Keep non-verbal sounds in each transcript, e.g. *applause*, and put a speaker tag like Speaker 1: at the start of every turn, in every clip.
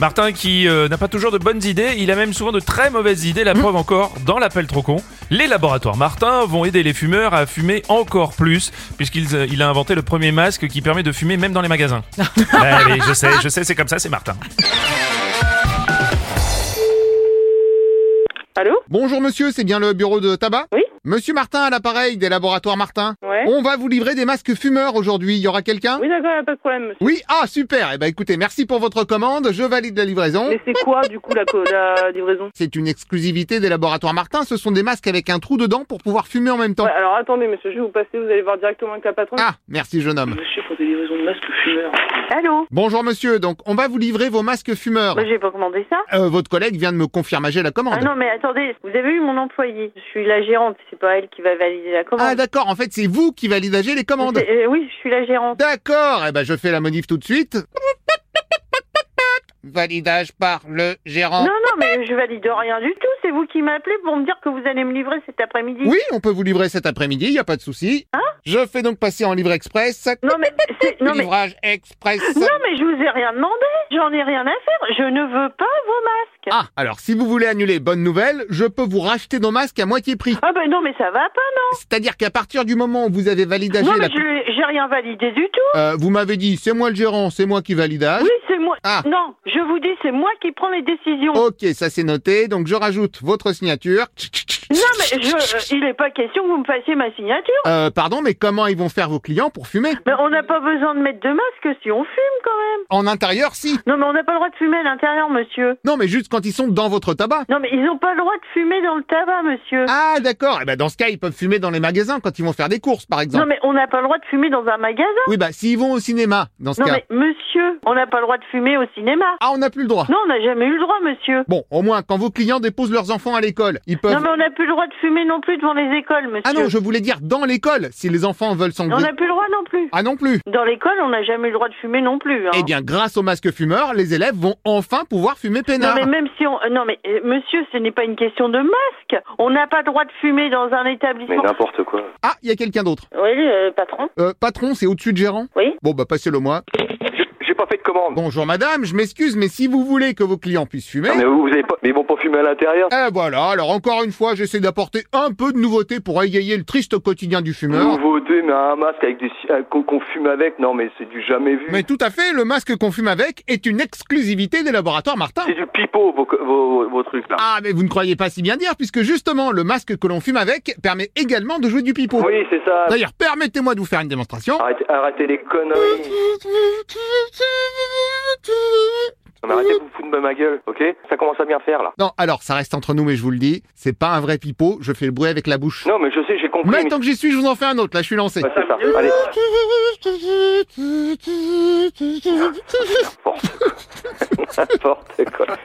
Speaker 1: Martin qui euh, n'a pas toujours de bonnes idées, il a même souvent de très mauvaises idées. La preuve encore, dans l'appel trop con, les laboratoires Martin vont aider les fumeurs à fumer encore plus, puisqu'il euh, il a inventé le premier masque qui permet de fumer même dans les magasins. Ah oui, je sais, je sais, c'est comme ça, c'est Martin.
Speaker 2: Allô
Speaker 3: Bonjour monsieur, c'est bien le bureau de tabac
Speaker 2: Oui.
Speaker 3: Monsieur Martin à l'appareil des laboratoires Martin.
Speaker 2: Ouais.
Speaker 3: On va vous livrer des masques fumeurs aujourd'hui. Y aura quelqu'un
Speaker 2: Oui, d'accord, y a pas de problème. monsieur.
Speaker 3: Oui ah super. Eh ben écoutez, merci pour votre commande, je valide la livraison.
Speaker 2: Mais c'est quoi, du coup, la, co- la livraison
Speaker 3: C'est une exclusivité des laboratoires Martin, ce sont des masques avec un trou dedans pour pouvoir fumer en même temps.
Speaker 2: Ouais, alors attendez, monsieur, je vais vous passer, vous allez voir directement avec la patronne.
Speaker 3: Ah, merci jeune homme.
Speaker 2: Monsieur, pour des livraisons de masques fumeurs. Allô
Speaker 3: Bonjour monsieur, donc on va vous livrer vos masques fumeurs.
Speaker 2: Bah,
Speaker 4: Moi, j'ai pas commandé ça.
Speaker 3: Euh, votre collègue vient de me confirmager la commande.
Speaker 4: Ah non, mais attendez, vous avez eu mon employé. Je suis la gérante, c'est pas elle qui va valider la
Speaker 3: Ah,
Speaker 4: commande.
Speaker 3: d'accord, en fait c'est vous qui validagez les commandes.
Speaker 4: C'est- euh, oui, je suis la gérante.
Speaker 3: D'accord, eh ben je fais la manif tout de suite. Validage par le gérant.
Speaker 2: Ah.
Speaker 4: Non, non, mais je valide rien du tout. C'est vous qui m'appelez pour me dire que vous allez me livrer cet après-midi.
Speaker 3: Oui, on peut vous livrer cet après-midi, il a pas de souci. je fais donc passer en livre express.
Speaker 4: Ah Non, mais c'est- non,
Speaker 2: *laughs*
Speaker 4: mais
Speaker 3: Livrage express.
Speaker 4: non, mais je vous ai rien demandé. J'en ai rien à faire. Je ne veux pas vos masques.
Speaker 3: Ah, alors si vous voulez annuler, bonne nouvelle, je peux vous racheter nos masques à moitié prix.
Speaker 4: Ah ben non, mais ça va pas,
Speaker 3: C'est-à-dire qu'à partir du moment où vous avez validagé
Speaker 4: non. Non,
Speaker 3: la...
Speaker 4: mais je- j'ai rien validé du tout.
Speaker 3: Euh, vous m'avez dit, c'est moi le gérant, c'est moi qui validage.
Speaker 4: Oui, c'est moi.
Speaker 3: Ah. Oh.
Speaker 4: Non, je vous dis, c'est moi qui prends les décisions.
Speaker 3: Ok, ça c'est noté, donc je rajoute votre signature.
Speaker 4: Non, mais je, euh, il est pas question que vous me fassiez ma signature.
Speaker 3: Euh, pardon, mais comment ils vont faire vos clients pour fumer
Speaker 4: Mais on n'a pas besoin de mettre de masque si on fume quand même.
Speaker 3: En intérieur, si.
Speaker 4: Non, mais on n'a pas le droit de fumer à l'intérieur, monsieur.
Speaker 3: Non, mais juste quand ils sont dans votre tabac.
Speaker 4: Non, mais ils n'ont pas le droit de fumer dans le tabac, monsieur.
Speaker 3: Ah, d'accord. Eh ben, dans ce cas, ils peuvent fumer dans les magasins quand ils vont faire des courses, par
Speaker 4: non,
Speaker 3: exemple.
Speaker 4: mais on n'a pas le droit de fumer dans un magasin.
Speaker 3: Oui, bah, s'ils vont au cinéma, dans ce
Speaker 4: Non,
Speaker 3: cas.
Speaker 4: mais monsieur, on n'a pas le droit de fumer au cinéma.
Speaker 3: Ah, on n'a plus le droit.
Speaker 4: Non, on n'a jamais eu le droit, monsieur.
Speaker 3: Bon, au moins, quand vos clients déposent leurs enfants à l'école, ils peuvent.
Speaker 4: Non, mais on n'a plus le droit de fumer non plus devant les écoles, monsieur.
Speaker 3: Ah non, je voulais dire dans l'école, si les enfants veulent
Speaker 4: On
Speaker 3: s'engueuler.
Speaker 4: n'a plus le droit non plus.
Speaker 3: Ah non plus.
Speaker 4: Dans l'école, on n'a jamais eu le droit de fumer non plus. hein.
Speaker 3: Eh bien, grâce aux masques fumeurs, les élèves vont enfin pouvoir fumer
Speaker 4: non,
Speaker 3: peinard.
Speaker 4: mais même si on... euh, Non, mais euh, monsieur, ce n'est pas une question de masque. On n'a pas le droit de fumer dans un établissement.
Speaker 5: n'importe quoi.
Speaker 3: Ah, il y a quelqu'un d'autre.
Speaker 4: Oui, euh, patron.
Speaker 3: Euh, patron, c'est au-dessus de gérant
Speaker 4: Oui.
Speaker 3: Bon, bah, passez-le moi.
Speaker 5: J'ai pas fait de commande.
Speaker 3: Bonjour madame, je m'excuse, mais si vous voulez que vos clients puissent fumer...
Speaker 5: Non, mais vous, vous avez pas... Mais ils vont pas fumer à l'intérieur
Speaker 3: Eh voilà, alors encore une fois, j'essaie d'apporter un peu de nouveauté pour égayer le triste quotidien du fumeur.
Speaker 5: Nouveauté, mais un masque avec des... ci- euh, qu'on qu'on fume avec, non mais c'est du jamais vu.
Speaker 3: Mais tout à fait, le masque qu'on fume avec est une exclusivité des laboratoires Martin.
Speaker 5: C'est du pipeau, vos, co- vos, vos trucs là.
Speaker 3: Ah, mais vous ne croyez pas si bien dire, puisque justement, le masque que l'on fume avec permet également de jouer du pipeau.
Speaker 5: Oui, c'est ça.
Speaker 3: D'ailleurs, permettez-moi de vous faire une démonstration.
Speaker 5: Arrêtez, arrêtez les conneries. Non, mais arrêtez de vous foutre de ma gueule, ok Ça commence à bien faire là.
Speaker 3: Non, alors, ça reste entre nous, mais je vous le dis, c'est pas un vrai pipeau, je fais le bruit avec la bouche.
Speaker 5: Non, Bah, mais je sais, j'ai compris.
Speaker 3: Mais
Speaker 5: mais-
Speaker 3: tant que j'y suis, je vous en fais un autre, là, je suis lancé.
Speaker 5: Ouais, c'est ça. Allez, *laughs* n'importe quoi.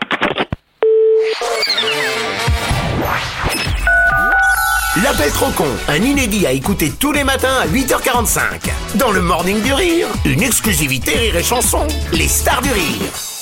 Speaker 6: L'appel trop con, un inédit à écouter tous les matins à 8h45. Dans le Morning du Rire, une exclusivité Rire et Chanson, les stars du rire.